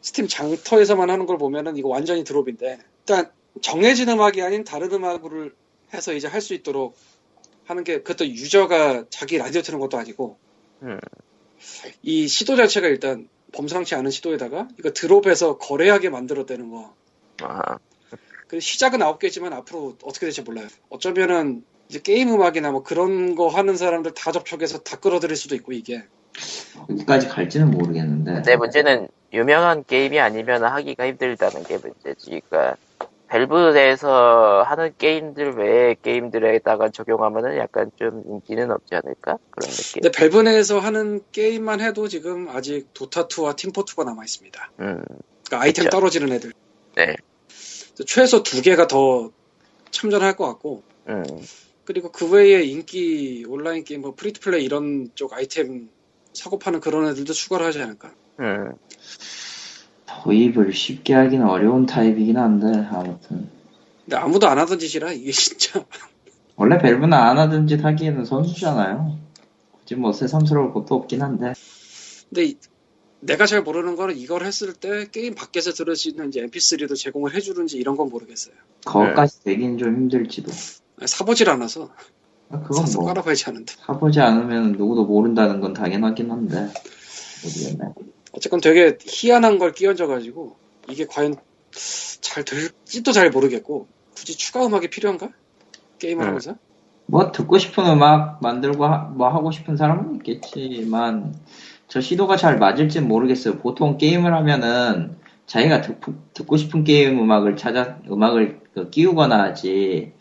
스팀 장터에서만 하는 걸 보면은 이거 완전히 드롭인데 일단 정해진 음악이 아닌 다른 음악을 해서 이제 할 수 있도록 하는 게 그것도 유저가 자기 라디오 트는 것도 아니고 음. 이 시도 자체가 일단 범상치 않은 시도에다가 이거 드롭해서 거래하게 만들었다는 거. 아, 그 시작은 9개지만 앞으로 어떻게 될지 몰라요. 어쩌면은 이제 게임 음악이나 뭐 그런 거 하는 사람들 다 접촉해서 다 끌어들일 수도 있고 이게 여기까지 갈지는 모르겠는데. 네. 근데 문제는 유명한 게임이 아니면 하기가 힘들다는 게 문제지. 그러니까 밸브에서 하는 게임들 외의 게임들에다가 적용하면은 약간 좀 인기는 없지 않을까 그런 느낌. 근데 밸브 내에서 하는 게임만 해도 지금 아직 도타2와 팀포2가 남아있습니다. 음, 그러니까 아이템 그쵸. 떨어지는 애들. 네. 그래서 최소 두 개가 더 참전할 것 같고 음, 그리고 그 외에 인기 온라인 게임 뭐 프리투플레이 이런 쪽 아이템 사고 파는 그런 애들도 추가를 하지 않을까. 음. 도입을 쉽게 하기는 어려운 타입이긴 한데, 아무튼. 근데 아무도 안 하던 짓이라 이게 진짜 원래 밸브는 안 하던 짓 하기에는 선수잖아요. 굳이 뭐 새삼스러울 것도 없긴 한데. 근데 이- 내가 잘 모르는 거는 이걸 했을 때 게임 밖에서 들을 수 있는 이제 MP3도 제공을 해주는지 이런 건 모르겠어요. 그것까지 되긴 좀 힘들지도. 아니, 사보질 않아서 아, 그건 사서 뭐, 깔아봐야지 않은데. 사보지 않으면 누구도 모른다는 건 당연하긴 한데. 모르겠네. 어쨌건 되게 희한한 걸 끼얹어가지고 이게 과연 잘 될지도 잘 모르겠고 굳이 추가 음악이 필요한가? 게임을 네. 음. 하면서? 뭐 듣고 싶은 음악 만들고 하- 뭐 하고 싶은 사람은 있겠지만 저 시도가 잘 맞을지 모르겠어요. 보통 게임을 하면은 자기가 듣, 고 싶은 게임 음악을 찾아 음악을 그 끼우거나 하지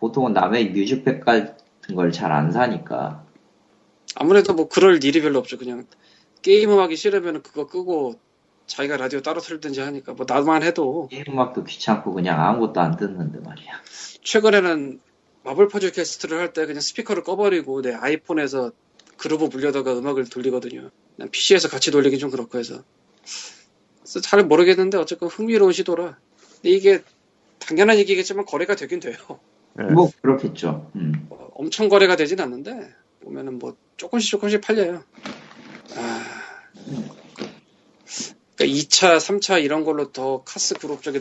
보통은 남의 뮤직팩 같은 걸 잘 안 사니까 아무래도 뭐 그럴 일이 별로 없죠. 그냥 게임 음악이 싫으면 그거 끄고 자기가 라디오 따로 틀든지 하니까 뭐 나만 해도 게임 음악도 귀찮고 그냥 아무것도 안 듣는데 말이야. 최근에는 마블 퍼즐 캐스트를 할 때 그냥 스피커를 꺼버리고 내 아이폰에서 그루브 물려다가 음악을 돌리거든요. 난 PC에서 같이 돌리긴 좀 그렇고 해서. 그래서 잘 모르겠는데 어쨌건 흥미로운 시도라. 근데 이게 당연한 얘기겠지만 거래가 되긴 돼요. 네. 음. 뭐 그렇겠죠. 음. 뭐 엄청 거래가 되진 않는데 보면은 뭐 조금씩 조금씩 팔려요. 아. 그러니까 2차, 3차 이런 걸로 더 카스 그룹 쪽에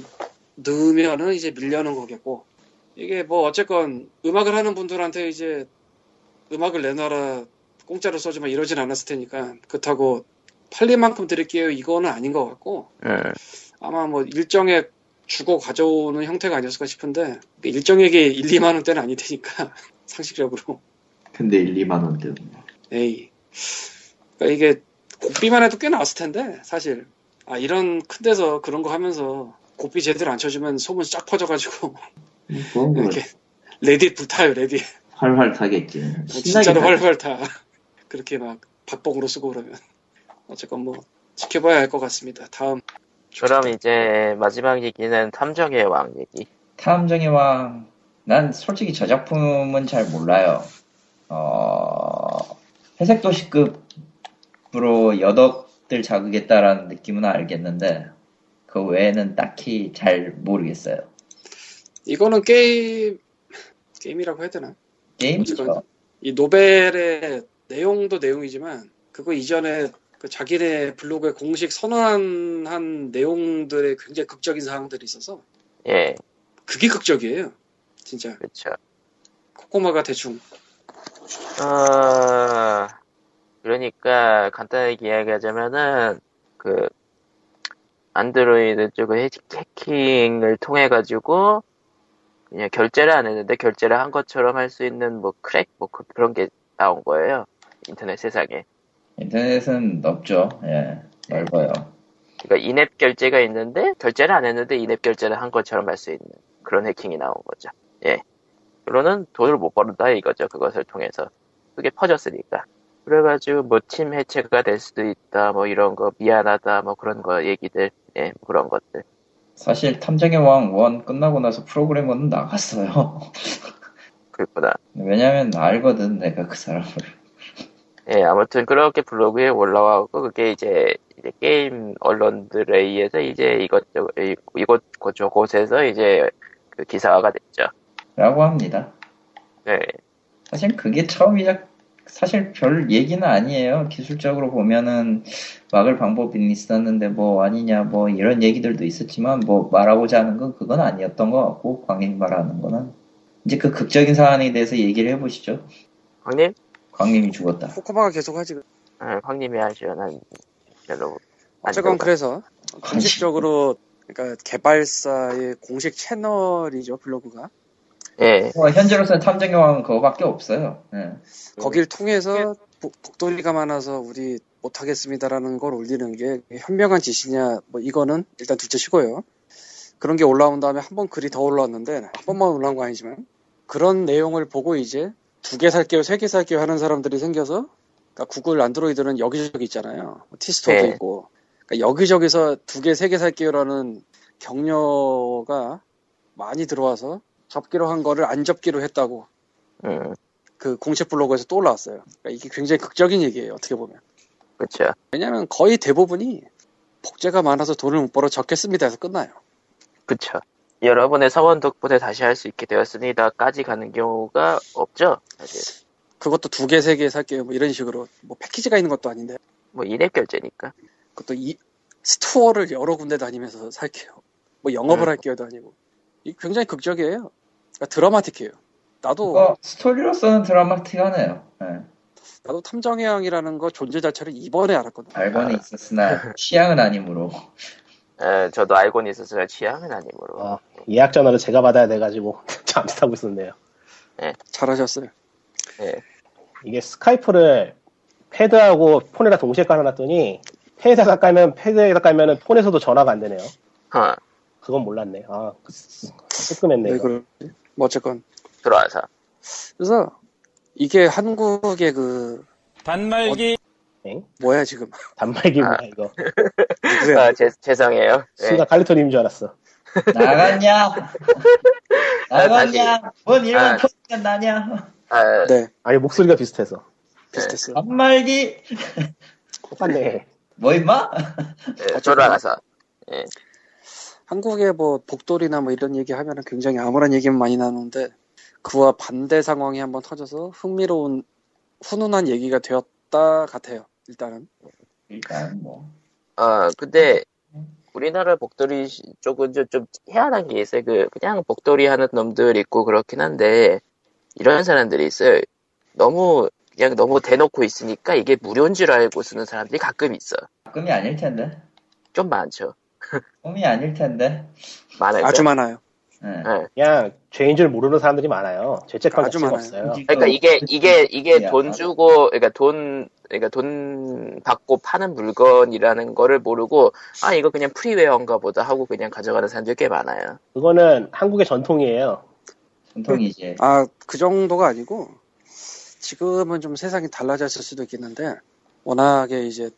넣으면은 이제 밀려는 거겠고 이게 뭐 어쨌건 음악을 하는 분들한테 이제 음악을 내놔라 공짜로 써주마 이러진 않았을 테니까 그렇다고 팔릴 만큼 드릴게요 이거는 아닌 것 같고 음. 아마 뭐 일정액 주고 가져오는 형태가 아니었을까 싶은데 일정액이 1, 2만 원대는 아니 되니까 상식적으로 근데 1, 2만 원뭐 때문에. 에이 그러니까 이게 곡비만 해도 꽤 나왔을 텐데 사실 아 이런 큰 데서 그런 거 하면서 곡비 제대로 안 쳐주면 소문 쫙 퍼져가지고 그건 뭐 이렇게 레딧 불타요 레딧 활활 타겠지. 진짜로 신나게 활활 다 그렇게 막 박봉으로 쓰고 그러면 어쨌건 뭐 지켜봐야 할 것 같습니다 다음 그럼 이제 마지막 얘기는 탐정의 왕 얘기. 탐정의 왕. 난 솔직히 저 작품은 잘 몰라요. 어, 회색도시급으로 여덕들 자극했다라는 느낌은 알겠는데, 그 외에는 딱히 잘 모르겠어요. 이거는 게임 게임이라고 해야 되나 게임이죠. 어쨌건 이 노벨의 내용도 내용이지만 그거 이전에 그 자기네 블로그에 공식 선언한 내용들의 굉장히 극적인 사항들이 있어서 예, 그게 극적이에요. 진짜 그렇죠. 코코마가 대충 어, 그러니까 간단하게 이야기하자면은 그 안드로이드 쪽의 해킹- 해킹을 통해 가지고 그냥 결제를 안 했는데 결제를 한 것처럼 할 수 있는 뭐 크랙 뭐 그- 그런 게 나온 거예요 인터넷 세상에. 인터넷은 넓죠. 예, 넓어요. 그러니까 인앱 결제가 있는데 결제를 안 했는데 인앱 결제를 한 것처럼 할 수 있는 그런 해킹이 나온 거죠. 예. 그러는 돈을 못 벌었다 이거죠. 그것을 통해서 그게 퍼졌으니까. 그래가지고 뭐 팀 해체가 될 수도 있다. 뭐 이런 거 미안하다. 뭐 그런 거 얘기들. 예, 그런 것들. 사실 탐정의 왕 1 끝나고 나서 프로그래머는 나갔어요. 그렇구나. 왜냐면 알거든, 내가 그 사람을. 예, 아무튼 그렇게 블로그에 올라와고 그게 이제, 이제 게임 언론들에 의해서 이제 이것저것 이- 이곳 저곳에서 이제 그 기사화가 됐죠. 라고 합니다. 네. 사실 그게 처음이자 사실 별 얘기는 아니에요. 기술적으로 보면은 막을 방법이 있었는데 뭐 아니냐 뭐 이런 얘기들도 있었지만 뭐 말하고자 하는 건 그건 아니었던 것 같고 광님이 말하는 거는 이제 그 극적인 사안에 대해서 얘기를 해보시죠. 광님? 광님이 죽었다. 코코마가 계속 하지. 아, 광님이 하시오. 난 별로. 안 어쨌건 들어가. 그래서 광님. 공식적으로 그러니까 개발사의 공식 채널이죠 블로그가 예. 뭐 현재로서는 탐정 영화는 그거밖에 없어요. 예. 거길 통해서 복- 복돌이가 많아서 우리 못하겠습니다라는 걸 올리는 게 현명한 짓이냐 뭐 이거는 일단 둘째치고요 그런 게 올라온 다음에 한 번 글이 더 올라왔는데 한 번만 올라온 거 아니지만 그런 내용을 보고 이제 두 개 살게요 세 개 살게요 하는 사람들이 생겨서 그러니까 구글 안드로이드는 여기저기 있잖아요 뭐 티스토어도 네. 있고 그러니까 여기저기서 두 개 세 개 살게요라는 격려가 많이 들어와서 접기로 한 거를 안 접기로 했다고 음, 그 공식 블로그에서 또 올라왔어요. 그러니까 이게 굉장히 극적인 얘기예요. 어떻게 보면. 그쵸. 왜냐하면 거의 대부분이 복제가 많아서 돈을 못 벌어 적겠습니다 해서 끝나요. 그쵸. 여러분의 성원 덕분에 다시 할 수 있게 되었습니다까지 가는 경우가 없죠. 사실. 그것도 두 개, 세 개 살게요. 뭐 이런 식으로 뭐 패키지가 있는 것도 아닌데 뭐 인앱 결제니까. 그것도 이 스토어를 여러 군데 다니면서 살게요. 뭐 영업을 음. 할게요도 아니고 이 굉장히 극적이에요. 그러니까 드라마틱해요. 나도 그거 스토리로서는 드라마틱하네요. 예. 나도 탐정해양이라는 거 존재 자체를 이번에 알았거든. 아. 알고는 있었으나 취향은 아니므로. 에, 저도 알고는 있었어요. 취향은 아니므로. 어, 예약 전화를 제가 받아야 돼가지고 잠수 타고 있었네요. 잘하셨어요. 예. 이게 스카이프를 패드하고 폰에다 동시에 깔아놨더니 패드에다 깔면 패드에다 깔면은 폰에서도 전화가 안 되네요. 하, 그건 몰랐네. 아, 그- 뜨끔했네. 왜 이거. 그럴지. 뭐 어쨌건 들어와서. 그래서 이게 한국의 그 단말기 엥? 뭐야 지금 단말기 뭐야 아. 이거. 네. 누구야? 아, 죄, 죄송해요. 예. 순간 칼리토님인 줄 알았어. 나갔냐? 나갔냐? 뭔 아. 이런 포스가 나냐? 아, 네, 아니 목소리가 비슷해서. 비슷했어요. 반말기? 똑같네. 뭐 임마? 예, 돌아가서. 한국의 뭐 복돌이나 뭐 이런 얘기 하면은 굉장히 암울한 얘기만 많이 나오는데 그와 반대 상황이 한번 터져서 흥미로운 훈훈한 얘기가 되었다 같아요. 일단은 일단 뭐 어, 근데 우리나라 복돌이 시- 쪽은 좀, 좀 희한한 게 있어요. 그, 그냥 복돌이 하는 놈들 있고 그렇긴 한데, 이런 사람들이 있어요. 너무, 그냥 너무 대놓고 있으니까 이게 무료인 줄 알고 쓰는 사람들이 가끔 있어. 꿈이 아닐 텐데. 좀 많죠. 꿈이 아닐 텐데. 많아요. 아주 많아요. 예. 예. 그냥 죄인 줄 모르는 사람들이 많아요. 죄책감 아주 자체가 많아요. 없어요. 그러니까 이게 이게 이게 야, 돈 맞아. 주고 그러니까 돈 그러니까 돈 받고 파는 물건이라는 거를 모르고 아 이거 그냥 프리웨어인가 보다 하고 그냥 가져가는 사람들이 꽤 많아요. 그거는 한국의 전통이에요. 음, 전통이지. 아 그 정도가 아니고 지금은 좀 세상이 달라졌을 수도 있겠는데 워낙에 이제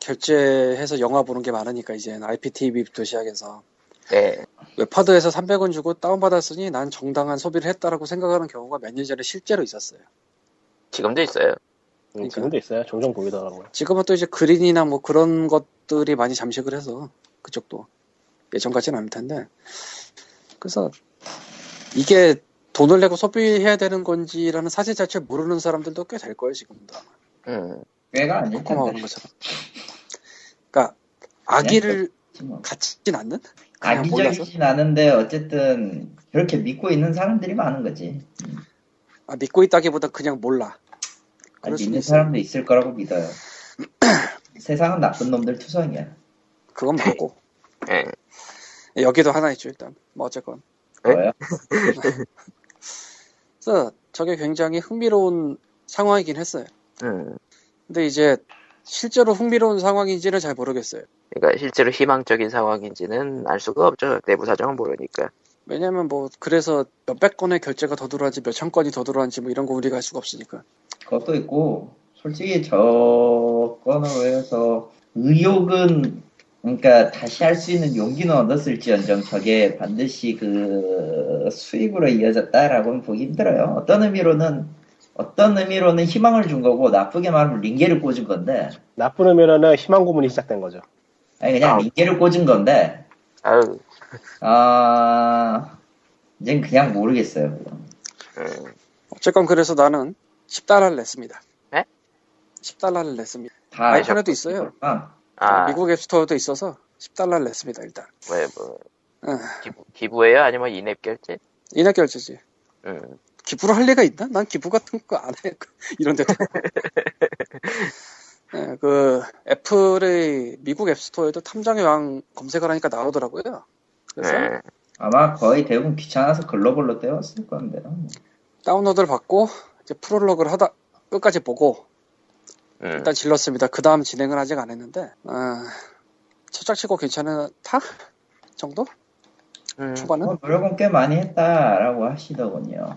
결제해서 영화 보는 게 많으니까 이제 IPTV부터 시작해서 네. 웹하드에서 300원 주고 다운받았으니 난 정당한 소비를 했다라고 생각하는 경우가 몇 년 전에 실제로 있었어요. 지금도 있어요. 그러니까. 지금도 있어요. 종종 보이더라고요. 지금은 또 이제 그린이나 뭐 그런 것들이 많이 잠식을 해서 그쪽도 예전 같지는 않을 텐데 그래서 이게 돈을 내고 소비해야 되는 건지라는 사실 자체를 모르는 사람들도 꽤 될 거예요 지금도 아마. 음. 꽤가 아닐 코코마 오는 텐데. 것처럼 그러니까 아기를 갖진 않는 그냥 몰라서 네, 아기적이진 뭐. 않은데 어쨌든 그렇게 믿고 있는 사람들이 많은 거지. 아, 믿고 있다기보다 그냥 몰라 아, 그럴 수도 믿는 있어요. 사람도 있을 거라고 믿어요. 세상은 나쁜 놈들 투성이야. 그건 네. 맞고 예. 여기도 하나 있죠 일단 뭐 어쨌건 네? 뭐요? 그래서 저게 굉장히 흥미로운 상황이긴 했어요 음. 근데 이제 실제로 흥미로운 상황인지는 잘 모르겠어요. 그러니까 실제로 희망적인 상황인지는 알 수가 없죠. 내부 사정은 모르니까. 왜냐면 뭐 그래서 몇백 건의 결제가 더 들어왔지 몇천 건이 더 들어왔지 뭐 이런 거 우리가 알 수가 없으니까. 그것도 있고 솔직히 저 건으로 해서 의욕은 그러니까 다시 할 수 있는 용기는 얻었을지언정 저게 반드시 그 수익으로 이어졌다라고는 보기 힘들어요. 어떤 의미로는 어떤 의미로는 희망을 준 거고 나쁘게 말하면 링게를 꽂은 건데 나쁜 의미로는 희망 고문이 시작된 거죠. 아니 그냥 링게를 꽂은 건데 아유. 아 이젠 그냥 모르겠어요. 음. 어쨌건 그래서 나는 10달러를 냈습니다. 네? 10달러를 냈습니다. 다 아니, 저- 아이폰에도 있어요. 아, 아, 미국 앱스토어도 있어서 10달러를 냈습니다, 일단. 왜, 뭐, 응. 기부, 기부예요? 아니면 인앱 결제? 인하 결제지. 음. 기부를 할 리가 있나? 난 기부 같은 거 안 해. 이런 데도. 예, 그 애플의 미국 앱스토어에도 탐정의 왕 검색을 하니까 나오더라고요. 그래서 네. 아마 거의 대부분 귀찮아서 글로벌로 떼웠을 건데. 다운로드를 받고 이제 프롤로그를 하다 끝까지 보고 음. 일단 질렀습니다. 그 다음 진행을 아직 안 했는데 아, 첫작치고 괜찮다 정도 음. 초반은 어, 노력은 꽤 많이 했다라고 하시더군요.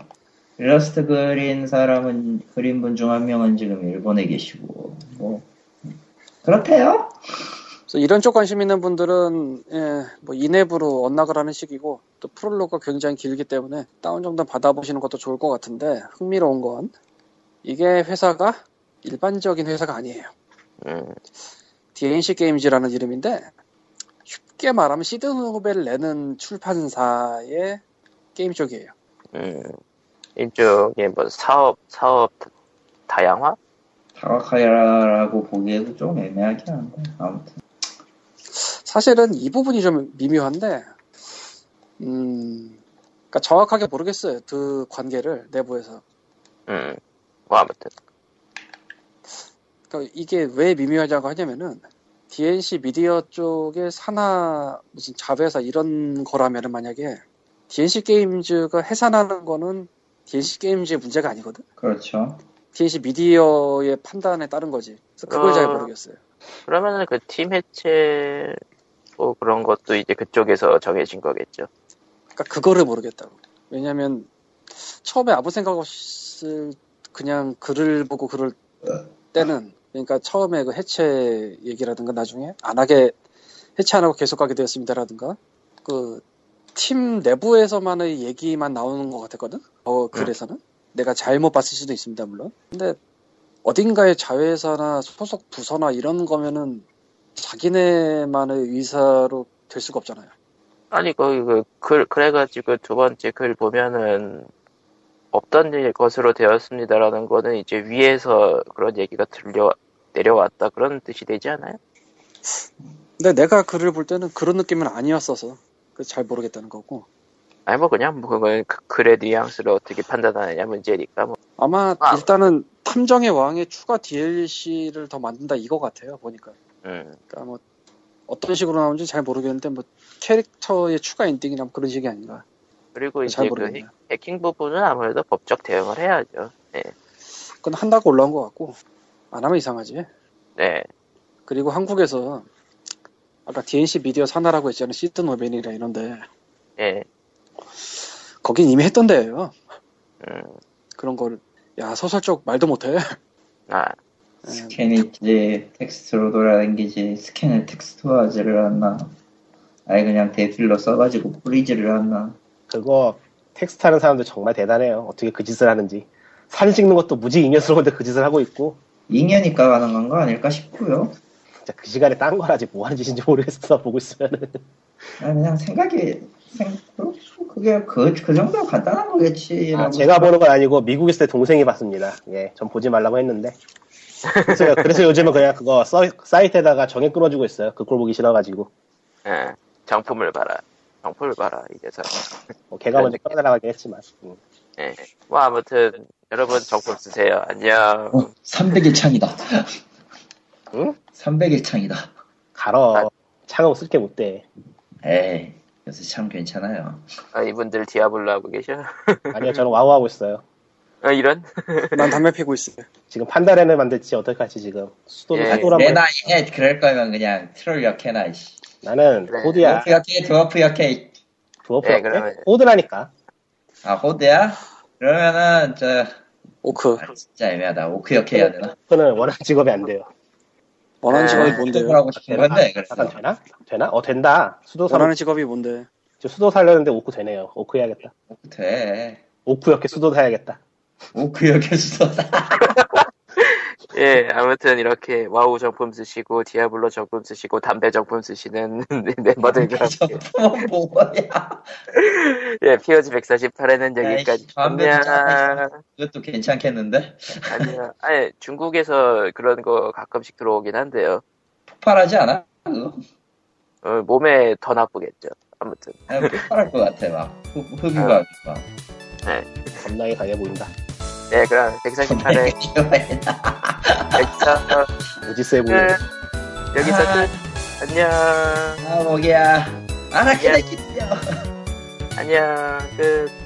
일러스트 그린 사람은 그린 분 중 한 명은 지금 일본에 계시고 뭐 그렇대요. 그래서 이런 쪽 관심 있는 분들은 예, 뭐 인앱으로 언락을 하는 식이고 또 프롤로그가 굉장히 길기 때문에 다운 정도 받아보시는 것도 좋을 것 같은데 흥미로운 건 이게 회사가 일반적인 회사가 아니에요. 음. DNC 게임즈라는 이름인데 쉽게 말하면 시드 노벨을 내는 출판사의 게임 쪽이에요. 음. 이쪽에 뭐 사업, 사업 다양화? 다각하라고 보기에도 좀 애매하긴 한데 아무튼 사실은 이 부분이 좀 미묘한데, 음, 그러니까 정확하게 모르겠어요. 그 관계를 내부에서. 음. 뭐 아무튼. 그러니까 이게 왜 미묘하냐고 하냐면은 DNC 미디어 쪽의 산하 무슨 자회사 이런 거라면은 만약에 DNC 게임즈가 해산하는 거는 DNC 게임즈의 문제가 아니거든. 그렇죠. DNC 미디어의 판단에 따른 거지. 그래서 그걸 잘 어. 모르겠어요. 그러면은 그 팀 해체, 뭐 그런 것도 이제 그쪽에서 정해진 거겠죠. 그러니까 그거를 모르겠다고. 왜냐면 처음에 아무 생각 없이 그냥 글을 보고 글을 때는 그러니까 처음에 그 해체 얘기라든가 나중에 안 하게 해체 안 하고 계속 가게 되었습니다라든가 그 팀 내부에서만의 얘기만 나오는 것 같았거든. 어 글에서는 내가 잘못 봤을 수도 있습니다 물론. 근데 어딘가의 자회사나 소속 부서나 이런 거면은 자기네만의 의사로 될 수가 없잖아요. 아니, 거기 그, 글, 그래가지고 두 번째 글 보면은, 없던 일- 것으로 되었습니다라는 거는 이제 위에서 그런 얘기가 들려, 내려왔다. 그런 뜻이 되지 않아요? 근데 내가 글을 볼 때는 그런 느낌은 아니었어서 그잘 모르겠다는 거고 아니, 뭐 그냥, 뭐 그건 그 글의 뉘앙스를 어떻게 판단하느냐 문제니까, 뭐. 아마 아. 일단은 탐정의 왕에 추가 DLC를 더 만든다 이거 같아요 보니까 음, 그러니까 뭐 어떤 식으로 나오는지 잘 모르겠는데 뭐 캐릭터의 추가 엔딩이나 뭐 그런 식이 아닌가 그리고 잘 이제 그 모르겠네요. 해- 해킹 부분은 아무래도 법적 대응을 해야죠. 네. 그건 한다고 올라온 것 같고 안 하면 이상하지 네. 그리고 한국에서 아까 DNC 미디어 산하라고 했잖아요 시드 노벤이나 이런데 네. 거긴 이미 했던 데예요 음, 그런 걸 야 소설 쪽 말도 못해 아, 예, 스캔이지 텍스트로 돌아다니지 스캔을 텍스트화지를 하나 아예 그냥 대필로 써가지고 뿌리지를 하나 그거 텍스트 하는 사람들 정말 대단해요. 어떻게 그 짓을 하는지. 사진 찍는 것도 무지 인연스러운데 그 짓을 하고 있고. 인연이니까 가능한 거 아닐까 싶고요. 진짜 그 시간에 딴 거라지 뭐 하는 짓인지 모르겠어 보고 있으면은. 아니, 그냥 생각이 생 그게 그, 그 정도 간단한 거겠지라고 아, 제가 어, 보는 건 아니고 미국 있을 때 동생이 봤습니다. 예, 전 보지 말라고 했는데. 그래서, 그래서 요즘은 그냥 그거 서- 사이트에다가 정해 끊어주고 있어요. 그 꼴 보기 싫어가지고. 예. 정품을 봐라. 정품을 봐라, 이래서. 뭐 네. 걔가 먼저 끊어달라고 했지만. 음. 예. 뭐 아무튼, 여러분 정품 쓰세요. 안녕. 300일 창이다. 응? 300일 창이다. 갈어. 아. 창하고 쓸 게 못 돼. 에이, 요새 참 괜찮아요. 아, 이분들 디아블로 하고 계셔? 아니요, 저는 와우 하고 있어요. 아, 이런? 난 담배 피고 있어요 지금 판다렌을 만들지 어떡하지 지금. 수도를 예. 수도란 내 말. 나이에 그럴 거면 그냥 트롤 역해나, 씨. 나는 그래. 코드야. 드워프 역해, 드워프 역해. 드워프 예, 예, 그러면- 코드라니까. 아, 호드야? 그러면은, 저, 오크 아, 진짜 애매하다. 오크 역해야 되나? 그는 원하는 직업이 안 돼요. 원하는 네. 아, 직업이 수도를 뭔데요? 하고 싶은데, 약간 그래서. 되나? 되나? 어 된다. 수도 사 네, 원하는 직업이 뭔데? 저 수도 살려는데 오크 되네요. 오크 해야겠다. 돼. 오크 역에 수도 사야겠다. 오크 역해 수도다. 예, 아무튼 이렇게 와우 정품 쓰시고 디아블로 정품 쓰시고 담배 정품 쓰시는 네, 멤버들과 함께 저거 뭐야? 예, POG 148에는 아이씨, 여기까지. 담배 안녕. 좀 짜라. 이것도 괜찮겠는데? 안녕. 아니, 중국에서 그런 거 가끔씩 들어오긴 한데요. 폭발하지 않아? 그거? 어, 몸에 더 나쁘겠죠. 아무튼. 아, 폭발할 것 같아 막 흡- 흡입하기 막. 겁나게 강해 보인다. 네, 그럼 148에 여기서 무지 세 네. 끝. 보인다. 여기서 끝. 안녕. 아 목이야. 아나 기다려. 안녕. 끝.